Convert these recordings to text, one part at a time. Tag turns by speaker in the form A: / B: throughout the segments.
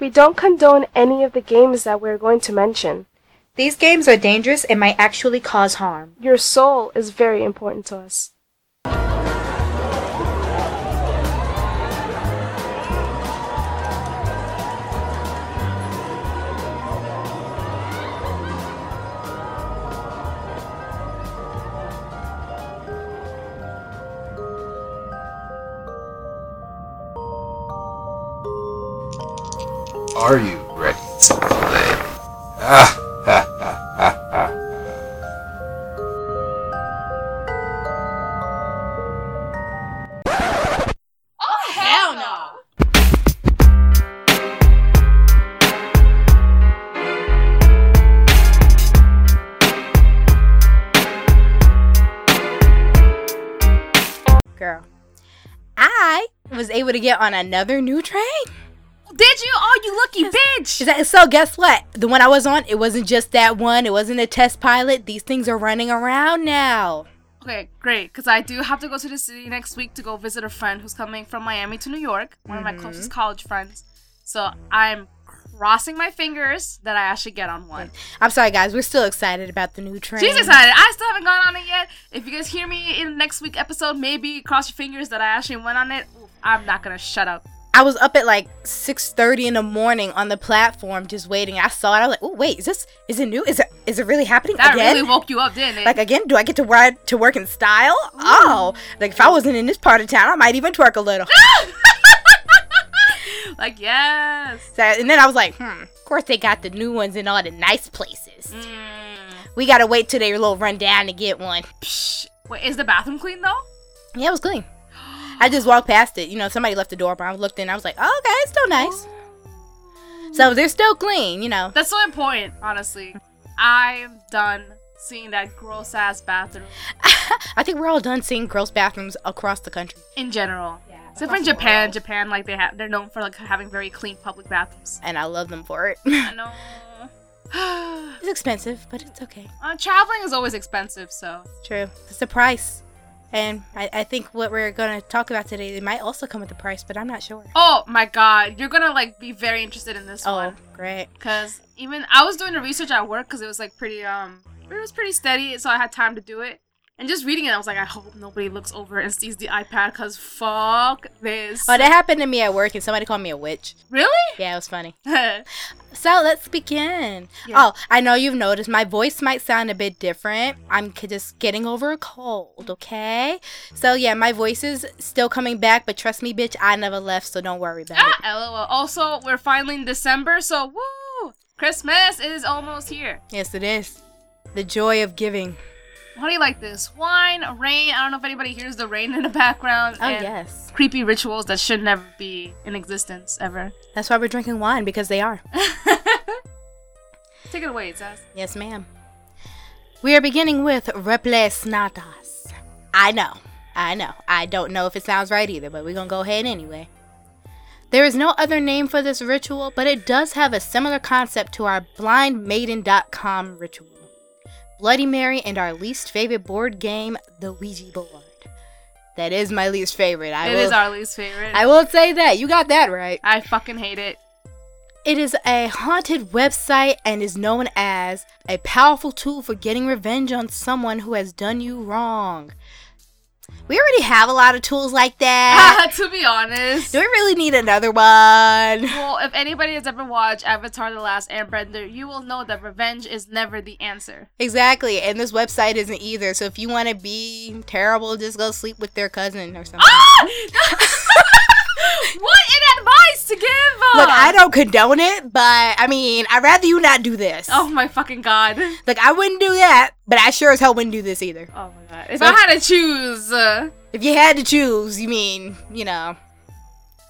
A: We don't condone any of the games that we're going to mention.
B: These games are dangerous and might actually cause harm.
A: Your soul is very important to us.
C: Are you ready to play? Ah, ha, ha, ha, ha.
D: Hell no.
B: Girl, I was able to get on another new train.
D: Did you? Oh, you lucky bitch.
B: Is that- so guess what? The one I was on, it wasn't just that one. It wasn't a test pilot. These things are running around now.
D: Okay, great. Because I do have to go to the city next week to go visit a friend who's coming from Miami to New York, one of my closest college friends. So I'm crossing my fingers that I actually get on one.
B: I'm sorry, guys. We're still excited about the new train.
D: She's excited. I still haven't gone on it yet. If you guys hear me in the next week episode, maybe cross your fingers that I actually went on it. Oof, I'm not gonna shut up.
B: I was up at like 6:30 in the morning on the platform just waiting. I saw it. I was like, "Oh wait, is this is it new? Is it is it really happening
D: That
B: again?"
D: really woke you up, didn't it?
B: like again, do I get to ride to work in style? Oh, like if I wasn't in this part of town, I might even twerk a little.
D: like yes.
B: So- and then I was like, "Hmm, of course they got the new ones in all the nice places.
D: Mm.
B: We gotta wait till their little rundown to get one."
D: Psh. Wait, is the bathroom clean though?
B: Yeah, it was clean. I just walked past it. You know, somebody left the door open. I looked in. I was like, "Oh, okay, it's still nice." So they're still clean, you know.
D: That's so important, honestly. I'm done seeing that gross ass bathroom
B: I think we're all done seeing gross bathrooms across the country.
D: in general. Except for in Japan, Japan like they have they're known for like having very clean public bathrooms.
B: and I love them for it. it's
D: I know.
B: expensive, but it's okay.
D: Uh, traveling is always expensive, so
B: True. It's the price. And I, I think what we're going to talk about today, it might also come with a price, but I'm not sure.
D: Oh my god, you're gonna like be very interested in
B: Oh.
D: this one.
B: great.
D: Cause even I was doing the research at work because it was like pretty um it was pretty steady, so I had time to do it. And just reading it, I was like, I hope nobody looks over and sees the iPad, cause fuck this.
B: Oh, that happened to me at work, and somebody called me a witch.
D: really?
B: Yeah, it was funny.
D: yeah.
B: So let's begin.
D: Yeah.
B: Oh, I know you've noticed my voice might sound a bit different. I'm c- just getting over a cold, okay? So yeah, my voice is still coming back, but trust me, bitch, I never left, so don't worry about it.
D: LOL. Also, we're finally in December, so woo! Christmas is almost here.
B: Yes, it is. The joy of giving.
D: How do you like this? Wine, rain. I don't know if anybody hears the rain in the background.
B: Oh,
D: and
B: yes.
D: Creepy rituals that should never be in existence ever.
B: That's why we're drinking wine because they are.
D: Take it away, Zaz.
B: yes, ma'am. We are beginning with Replesnatas. I know. I know. I don't know if it sounds right either, but we're going to go ahead anyway. There is no other name for this ritual, but it does have a similar concept to our blindmaiden.com ritual. Bloody Mary and our least favorite board game, the Ouija board. That is my least favorite. I
D: It
B: will,
D: is our least favorite.
B: I will say that. You got that right.
D: I fucking hate it.
B: It is a haunted website and is known as a powerful tool for getting revenge on someone who has done you wrong. We already have a lot of tools like that.
D: to be honest.
B: Eh. Do we really need another one?
D: Well, if anybody has ever watched Avatar The Last Airbender, you will know that revenge is never the answer.
B: Exactly, and this website isn't either. So if you want to be terrible, just go sleep with their cousin or something.
D: what an advice to give! uh,
B: Look, I don't condone it, but I mean, I'd rather you not do this.
D: Oh my fucking god.
B: Like, I wouldn't do that, but I sure as hell wouldn't do this either.
D: Oh my god. If I had to choose, uh,
B: If you had to choose, you mean, you know,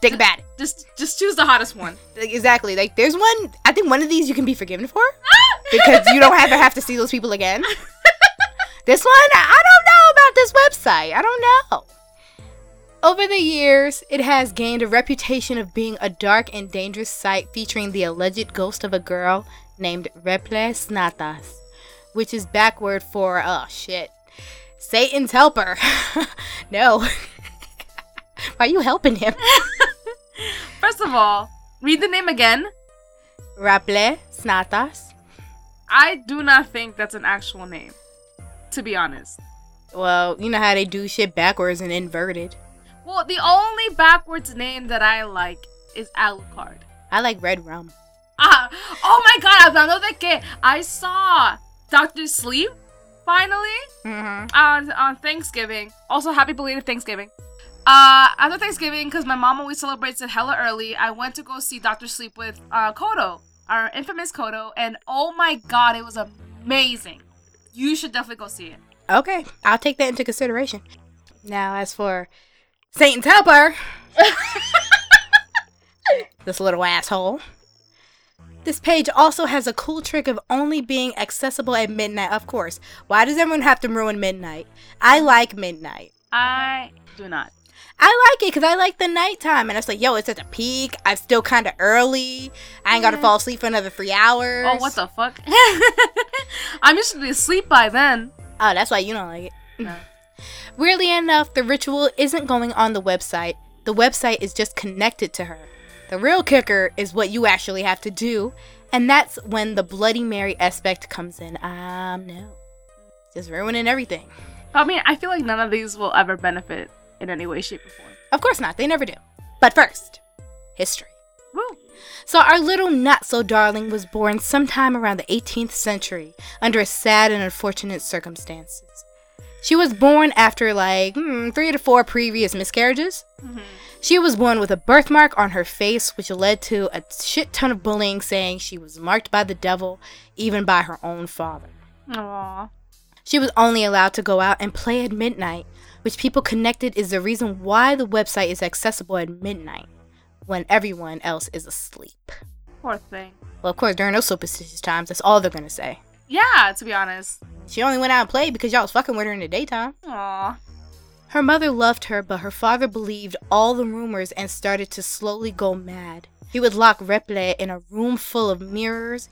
B: think about it.
D: just just choose the hottest one.
B: Like, exactly. Like there's one. I think one of these you can be forgiven for because you don't ever have to see those people again. this one, I don't know about this website. I don't know. Over the years, it has gained a reputation of being a dark and dangerous site featuring the alleged ghost of a girl named Reples Natas, which is backward for oh shit, Satan's helper. no, why are you helping him?
D: First of all, read the name again.
B: Rapple Snatas.
D: I do not think that's an actual name, to be honest.
B: Well, you know how they do shit backwards and inverted.
D: Well, the only backwards name that I like is Alucard.
B: I like red rum.
D: Ah, oh my god, hablando de que I saw Doctor Sleep finally
B: Mm-hmm.
D: on on Thanksgiving. Also, happy belated Thanksgiving. Uh, after Thanksgiving, because my mom always celebrates it hella early, I went to go see Doctor Sleep with uh, Kodo, our infamous Kodo, and oh my god, it was amazing. You should definitely go see it.
B: Okay, I'll take that into consideration. Now, as for Saint Tupper, this little asshole. This page also has a cool trick of only being accessible at midnight, of course. Why does everyone have to ruin midnight? I like midnight.
D: I do not.
B: I like it because I like the nighttime. And it's like, yo, it's at the peak. I'm still kind of early. I ain't got to fall asleep for another three hours.
D: Mm-hmm. Oh, what the fuck? I'm usually asleep by then.
B: Oh, that's why you don't like it.
D: No.
B: Weirdly enough, the ritual isn't going on the website. The website is just connected to her. The real kicker is what you actually have to do, and that's when the Bloody Mary aspect comes in. Um, no. Just ruining everything.
D: I mean, I feel like none of these will ever benefit in any way, shape, or form.
B: Of course not, they never do. But first, history.
D: Woo.
B: So, our little not so darling was born sometime around the 18th century under a sad and unfortunate circumstances. She was born after like hmm, three to four previous miscarriages. She was born with a birthmark on her face, which led to a shit ton of bullying, saying she was marked by the devil, even by her own father.
D: Aww.
B: She was only allowed to go out and play at midnight, which people connected is the reason why the website is accessible at midnight when everyone else is asleep.
D: Poor thing.
B: Well, of course, during those superstitious times, that's all they're gonna say.
D: Yeah, to be honest.
B: She only went out and played because y'all was fucking with her in the daytime.
D: Aww.
B: Her mother loved her, but her father believed all the rumors and started to slowly go mad. He would lock Reple in a room full of mirrors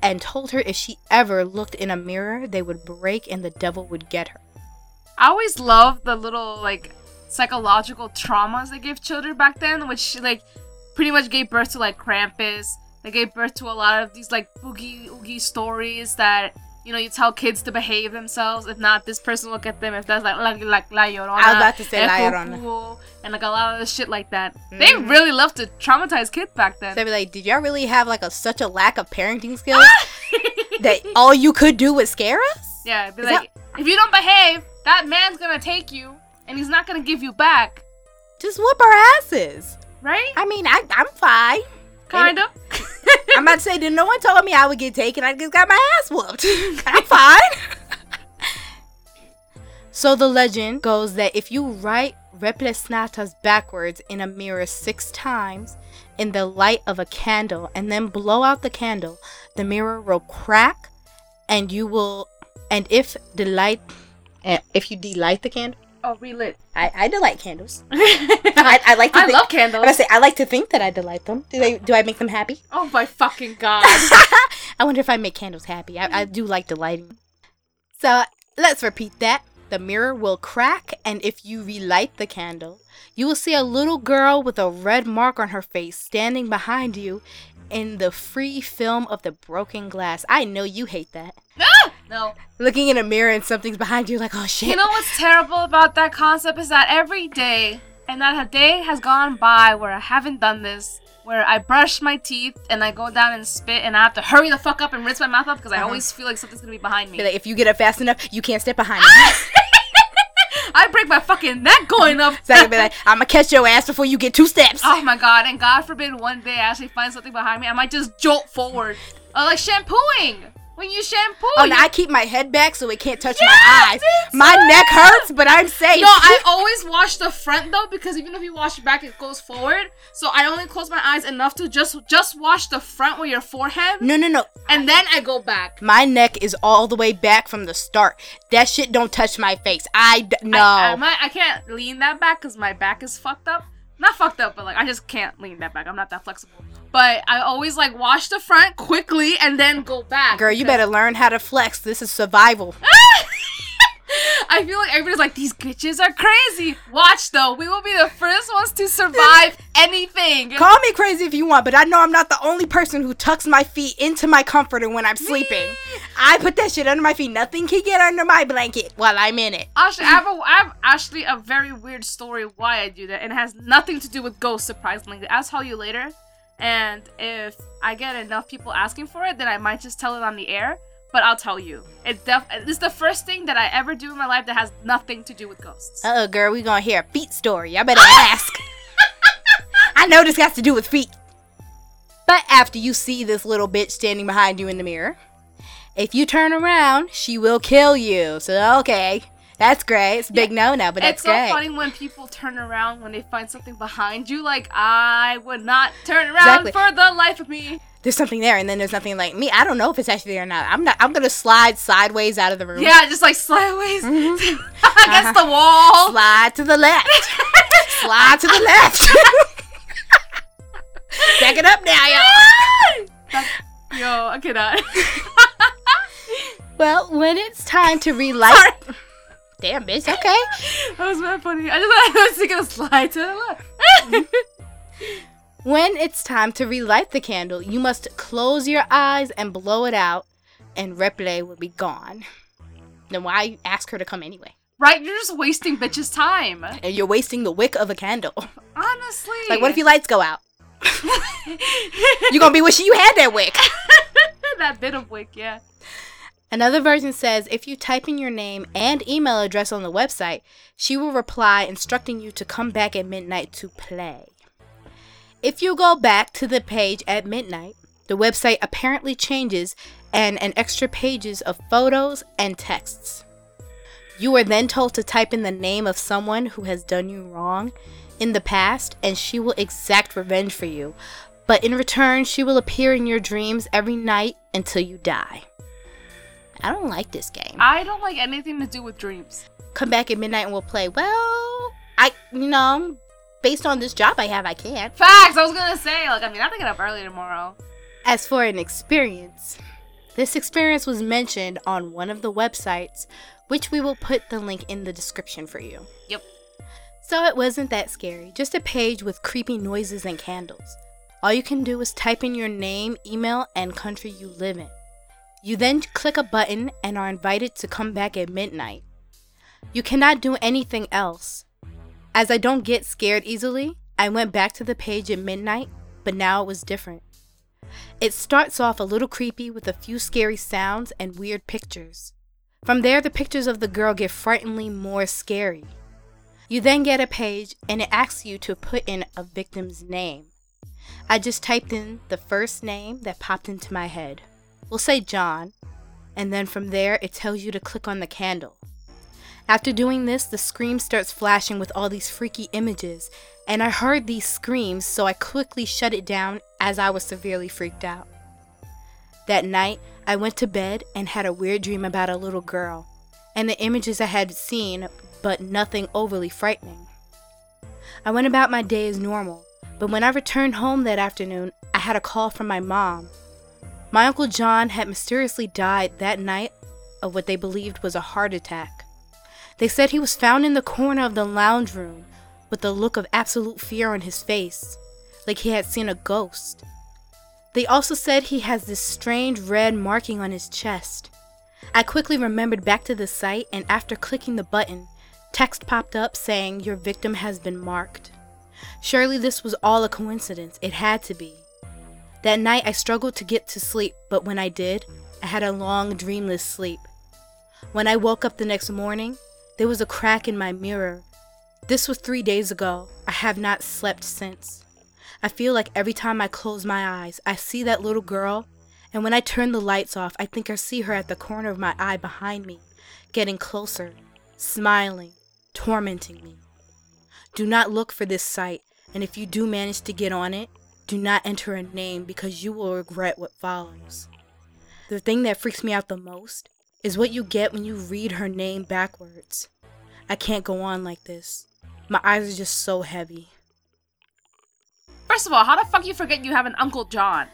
B: and told her if she ever looked in a mirror, they would break and the devil would get her.
D: I always love the little like psychological traumas they gave children back then, which like pretty much gave birth to like Krampus. They gave birth to a lot of these like boogie oogie stories that you know you tell kids to behave themselves. If not, this person will get them. If that's like like like La Llorona,
B: I was about to say
D: El
B: La Llorona. Mm-hmm.
D: Cucuo, and like a lot of shit like that. They really loved to traumatize kids back then.
B: They'd be like, "Did y'all really have like a such a lack of parenting skills that all you could do was scare us?"
D: Yeah, be
B: Is
D: like, if you don't behave, that man's gonna take you, and he's not gonna give you back,
B: Just whoop our asses.
D: right?
B: I mean, I, I'm fine.
D: Kind of.
B: I'm about to say that no one told me I would get taken. I just got my ass whooped. I'm fine. so the legend goes that if you write Replesnatas backwards in a mirror six times in the light of a candle and then blow out the candle, the mirror will crack and you will and if the light and if you delight the candle
D: Oh, relit.
B: I, I delight candles. I, I like to
D: I
B: think- I was
D: love
B: gonna
D: candles.
B: say I like to think that I delight them. Do they do I make them happy?
D: Oh my fucking god.
B: I wonder if I make candles happy. I, I do like the lighting. So let's repeat that. The mirror will crack, and if you relight the candle, you will see a little girl with a red mark on her face standing behind you in the free film of the broken glass. I know you hate that.
D: no.
B: Looking in a mirror and something's behind you, like, oh shit.
D: You know what's terrible about that concept is that every day, and that a day has gone by where I haven't done this, where I brush my teeth and I go down and spit and I have to hurry the fuck up and rinse my mouth up because I always feel like something's gonna be behind me.
B: Uh-huh. Be like, if you get up fast enough, you can't step behind
D: Ah!
B: me.
D: I break my fucking neck going up.
B: so I can be like, I'm gonna catch your ass before you get two steps.
D: Oh my god, and God forbid one day I actually find something behind me, I might just jolt forward. Oh, like shampooing! When you shampoo!
B: Oh,
D: you-
B: and I keep my head back so it can't touch
D: Yeah,
B: my eyes.
D: me
B: My
D: too.
B: neck hurts, but I'm safe.
D: no, I always wash the front though, because even if you wash it back, it goes forward. So I only close my eyes enough to just just wash the front with your forehead,
B: no, no, no.
D: and then I go back.
B: My neck is all the way back from the start. That shit don't touch my face. I d- no.
D: I, I, might, I can't lean that back because my back is fucked up. Not fucked up, but like I just can't lean that back. I'm not that flexible. But I always like wash the front quickly and then go back.
B: Girl, you
D: because-
B: better learn how to flex. This is survival.
D: I feel like everybody's like, these bitches are crazy. Watch though, we will be the first ones to survive anything.
B: Call me crazy if you want, but I know I'm not the only person who tucks my feet into my comforter when I'm sleeping. I put that shit under my feet. Nothing can get under my blanket while I'm in it.
D: Actually, I have, a, I have actually a very weird story why I do that, and it has nothing to do with ghosts, surprisingly. I'll tell you later. And if I get enough people asking for it, then I might just tell it on the air. But I'll tell you, it's def- it's the first thing that I ever do in my life that has nothing to do with ghosts.
B: Uh-oh, girl, we gonna hear a feet story. I better ask. I know this has to do with feet. But after you see this little bitch standing behind you in the mirror, if you turn around, she will kill you. So, okay. That's great. It's a big no-no, but that's
D: it's so
B: great.
D: funny when people turn around when they find something behind you. Like I would not turn around
B: Exactly.
D: for the life of me.
B: There's something there, and then there's nothing like me. I don't know if it's actually there or not. I'm not. I'm gonna slide sideways out of the room.
D: Yeah, just like sideways
B: Mm-hmm.
D: against the wall.
B: Slide to the left. Slide to the left. Back it up now, y'all.
D: Yo, I cannot.
B: Well, when it's time to relight. Damn, bitch. Okay.
D: that was mad funny. I just I was thinking of slide to the left.
B: When it's time to relight the candle, you must close your eyes and blow it out, and Replay will be gone. Then why ask her to come anyway?
D: right, you're just wasting bitches' time.
B: And you're wasting the wick of a candle.
D: Honestly.
B: Like, what if your lights go out? You're gonna be wishing you had that wick.
D: that bit of wick, yeah.
B: Another version says if you type in your name and email address on the website, she will reply instructing you to come back at midnight to play. If you go back to the page at midnight, the website apparently changes and an extra pages of photos and texts. You are then told to type in the name of someone who has done you wrong in the past and she will exact revenge for you. But in return, she will appear in your dreams every night until you die. I don't like this game.
D: I don't like anything to do with dreams.
B: Come back at midnight and we'll play. Well, I, you know, based on this job I have, I can't.
D: Facts, I was gonna say, like, I mean, I have to get up early tomorrow.
B: As for an experience, this experience was mentioned on one of the websites, which we will put the link in the description for you.
D: Yep.
B: So it wasn't that scary, just a page with creepy noises and candles. All you can do is type in your name, email, and country you live in. You then click a button and are invited to come back at midnight. You cannot do anything else. As I don't get scared easily, I went back to the page at midnight, but now it was different. It starts off a little creepy with a few scary sounds and weird pictures. From there, the pictures of the girl get frighteningly more scary. You then get a page and it asks you to put in a victim's name. I just typed in the first name that popped into my head. We'll say John, and then from there, it tells you to click on the candle. After doing this, the screen starts flashing with all these freaky images, and I heard these screams, so I quickly shut it down as I was severely freaked out. That night, I went to bed and had a weird dream about a little girl, and the images I had seen, but nothing overly frightening. I went about my day as normal, but when I returned home that afternoon, I had a call from my mom. My Uncle John had mysteriously died that night of what they believed was a heart attack. They said he was found in the corner of the lounge room with a look of absolute fear on his face, like he had seen a ghost. They also said he has this strange red marking on his chest. I quickly remembered back to the site, and after clicking the button, text popped up saying, Your victim has been marked. Surely this was all a coincidence. It had to be. That night, I struggled to get to sleep, but when I did, I had a long, dreamless sleep. When I woke up the next morning, there was a crack in my mirror. This was three days ago. I have not slept since. I feel like every time I close my eyes, I see that little girl, and when I turn the lights off, I think I see her at the corner of my eye behind me, getting closer, smiling, tormenting me. Do not look for this site, and if you do manage to get on it, do not enter a name because you will regret what follows. The thing that freaks me out the most is what you get when you read her name backwards. I can't go on like this. My eyes are just so heavy.
D: First of all, how the fuck you forget you have an Uncle John?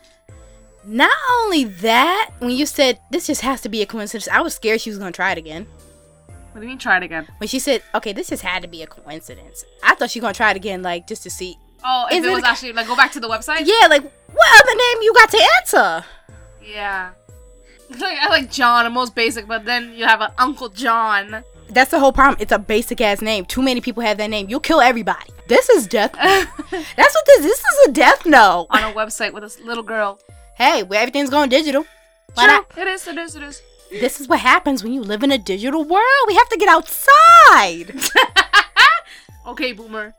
B: Not only that, when you said this just has to be a coincidence, I was scared she was gonna try it again.
D: What do you mean try it again?
B: When she said, okay, this just had to be a coincidence. I thought she gonna try it again, like, just to see.
D: Oh, if
B: Is
D: it,
B: it
D: was
B: a-
D: actually like go back to the website.
B: Yeah, like, what other name you got to answer?
D: Yeah. Like I like John, the most basic, but then you have an Uncle John.
B: That's the whole problem. It's a basic ass name. Too many people have that name. You'll kill everybody. This is death.
D: on
B: That's what this. This is a death note.
D: a website with a s- little girl.
B: Hey, well, everything's going digital. Why
D: True.
B: not?
D: It is, it is, it is.
B: This is what happens when you live in a digital world. We have to get outside.
D: Okay, boomer.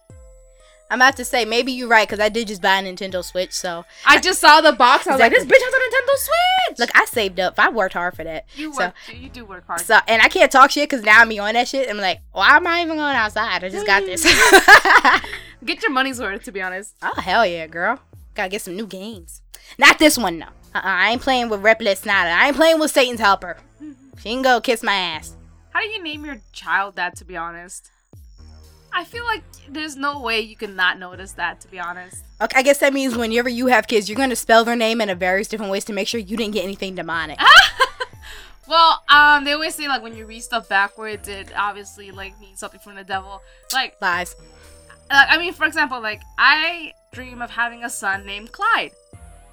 B: I'm about to say maybe you're right because I did just buy a Nintendo Switch. So
D: I just saw the box. I was like, this
B: Exactly.
D: bitch has a Nintendo Switch.
B: look, I saved up. I worked hard for that.
D: you
B: so,
D: work. you do work hard.
B: So and I can't talk shit because now I'm on that shit. I'm like, why am I even going outside? I just got this.
D: Get your money's worth, to be honest.
B: oh hell yeah, girl. Gotta get some new games. Not this one though. Uh-uh, I ain't playing with Repless Snyder. I ain't playing with Satan's helper. She can go kiss my ass.
D: How do you name your child that? To be honest, I feel like there's no way you can not notice that. To be honest,
B: Okay, I guess that means whenever you have kids, you're gonna spell their name in a various different ways to make sure you didn't get anything demonic.
D: well, um, they always say like when you read stuff backwards, it obviously like means something from the devil. Like,
B: Lies.
D: like I mean, for example, like I dream of having a son named Clyde.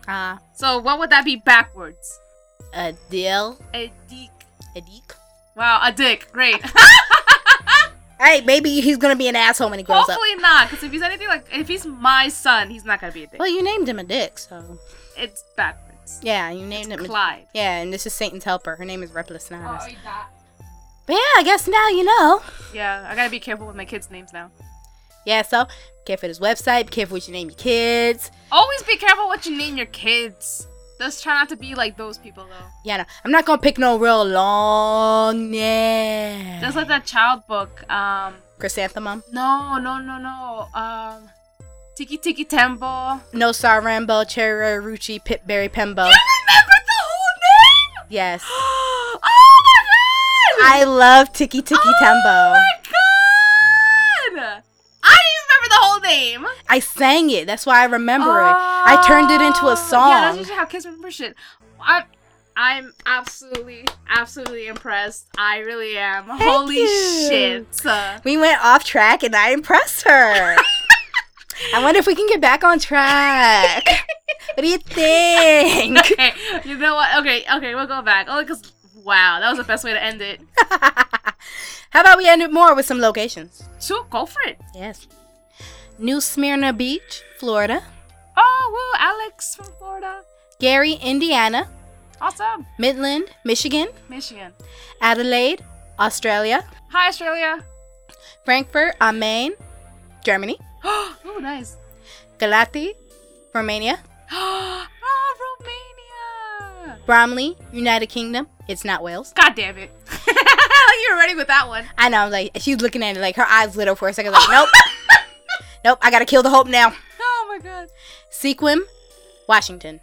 B: Uh,
D: So what would that be backwards?
B: a deal.
D: A dick.
B: A deek.
D: Wow, a dick. Great.
B: Hey, maybe he's gonna be an asshole when he grows up.
D: Hopefully not, because if he's anything like, if he's my son, he's not gonna be a dick.
B: Well, you named him a dick, so
D: It's backwards.
B: yeah, you named him. A-
D: Clyde.
B: yeah, and this is Satan's helper. Her name is Repless Niles.
D: Oh, yeah.
B: But yeah, I guess now you know.
D: Yeah, I gotta be careful with my kids' names now.
B: Yeah, so be careful of this website. Be careful what you name your kids.
D: Always be careful what you name your kids. Just try not to be like those people though.
B: Yeah, no, I'm not gonna pick no real long name.
D: Just like that child book. Um,
B: Chrysanthemum.
D: no, no, no, no. Um, Tiki Tiki Tembo.
B: No Star Rambo, Cherry Ruchi, Pitberry Pembo.
D: Remember the whole name?
B: Yes.
D: oh my god!
B: I love Tiki Tiki
D: Oh
B: Tembo.
D: my Oh god! I didn't remember the whole name.
B: I sang it. That's why I remember it. I turned it into
D: Oh,
B: a song.
D: Yeah, that's usually how kids remember shit. I'm, I'm absolutely, absolutely impressed. I really am. Holy
B: you.
D: shit. Uh,
B: we went off track and I impressed her. I wonder if we can get back on track. what do you think?
D: okay, you know what? Okay, okay, we'll go back. Only because, wow, that was the best way to end it.
B: How about we end it more with some locations?
D: So go for it.
B: Yes. New Smyrna Beach, Florida.
D: Oh, woo, Alex from Florida.
B: Gary, Indiana.
D: Awesome.
B: Midland, Michigan.
D: Michigan.
B: Adelaide, Australia.
D: Hi, Australia.
B: Frankfurt am Main, Germany.
D: oh, nice.
B: Galati, Romania.
D: oh, Romania.
B: Bromley, United Kingdom. It's not Wales.
D: God damn it. You're ready with that one.
B: I know, like she was looking at it, like her eyes lit up for a second, like, nope, nope, I gotta kill the hope now.
D: Oh my god.
B: Sequim, Washington.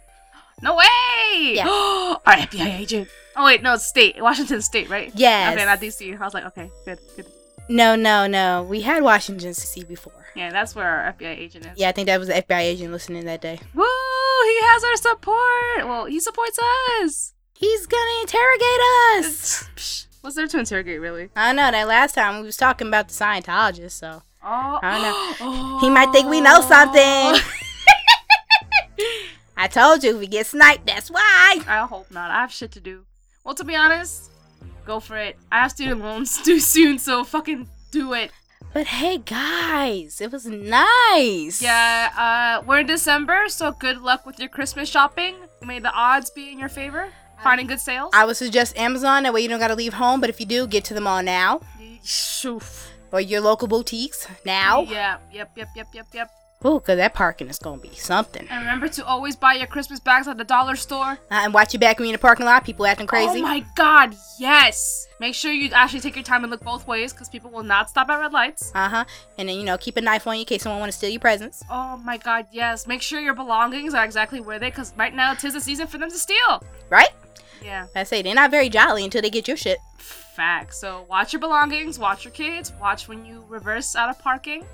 D: No way!
B: Yeah.
D: Our FBI agent. Oh wait, no, it's state. Washington State, right?
B: Yes.
D: Okay, not DC. I was like, okay, good, good.
B: No, no, no. We had Washington DC before.
D: Yeah, that's where our FBI agent is.
B: Yeah, I think that was the FBI agent listening that day.
D: Woo! He has our support. Well, he supports us.
B: He's gonna interrogate us.
D: Psh, What's there to interrogate, really?
B: I know that last time we was talking about the Scientologist, so
D: Oh,
B: I know.
D: Oh.
B: he might think we know something. I told you we get sniped. That's why.
D: I hope not. I have shit to do. Well, to be honest, go for it. I have student loans due soon, so fucking do it.
B: But hey, guys, it was nice.
D: Yeah, uh, we're in December, so good luck with your Christmas shopping. May the odds be in your favor. Finding good sales.
B: I would suggest Amazon. That way you don't gotta leave home. But if you do, get to the mall now
D: Shoof.
B: or your local boutiques now.
D: Yeah, yep, yep, yep, yep, yep.
B: Ooh, cause that parking is gonna be something.
D: And remember to always buy your Christmas bags at the dollar store.
B: Uh, and watch your back when you're in the parking lot. People acting crazy.
D: Oh my god, yes! Make sure you actually take your time and look both ways because people will not stop at red lights.
B: uh huh. And then you know, keep a knife on you in case someone want to steal your presents.
D: Oh my god, yes. Make sure your belongings are exactly where they because right now it is the season for them to steal.
B: Right?
D: Yeah.
B: I say they're not very jolly until they get your shit.
D: Fact. So watch your belongings, watch your kids, watch when you reverse out of parking.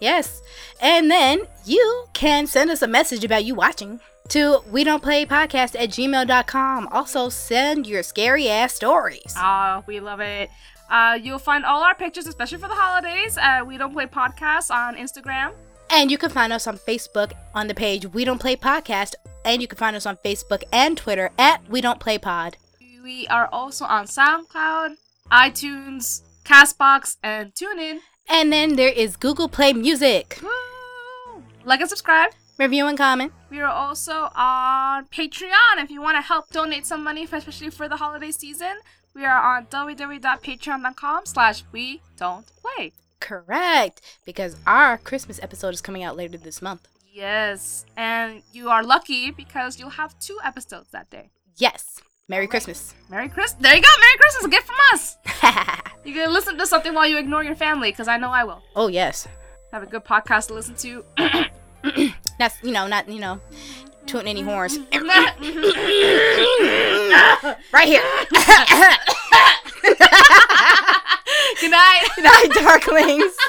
B: Yes. And then you can send us a message about you watching to we don't play podcast at gmail.com. Also send your scary ass stories.
D: Ah, we love it. Uh, you'll find all our pictures, especially for the holidays. Uh, we don't play podcasts on Instagram.
B: And you can find us on Facebook on the page We Don't Play Podcast. And you can find us on Facebook and Twitter at We Don't Play Pod.
D: We are also on SoundCloud, iTunes, Castbox, and TuneIn.
B: And then there is Google Play Music.
D: Woo! Like and subscribe.
B: Review and comment.
D: We are also on Patreon if you want to help donate some money, for- especially for the holiday season. We are on www.patreon.com slash we don't play.
B: Correct. Because our Christmas episode is coming out later this month.
D: Yes, and you are lucky because you'll have two episodes that day.
B: Yes. Merry Christmas.
D: Merry Christmas. There you go. Merry Christmas. A gift from us. You can listen to something while you ignore your family because I know I will.
B: oh, yes.
D: Have a good podcast to listen to.
B: That's, you know, not, you know, tooting any horns. right here.
D: good night.
B: Night, darklings.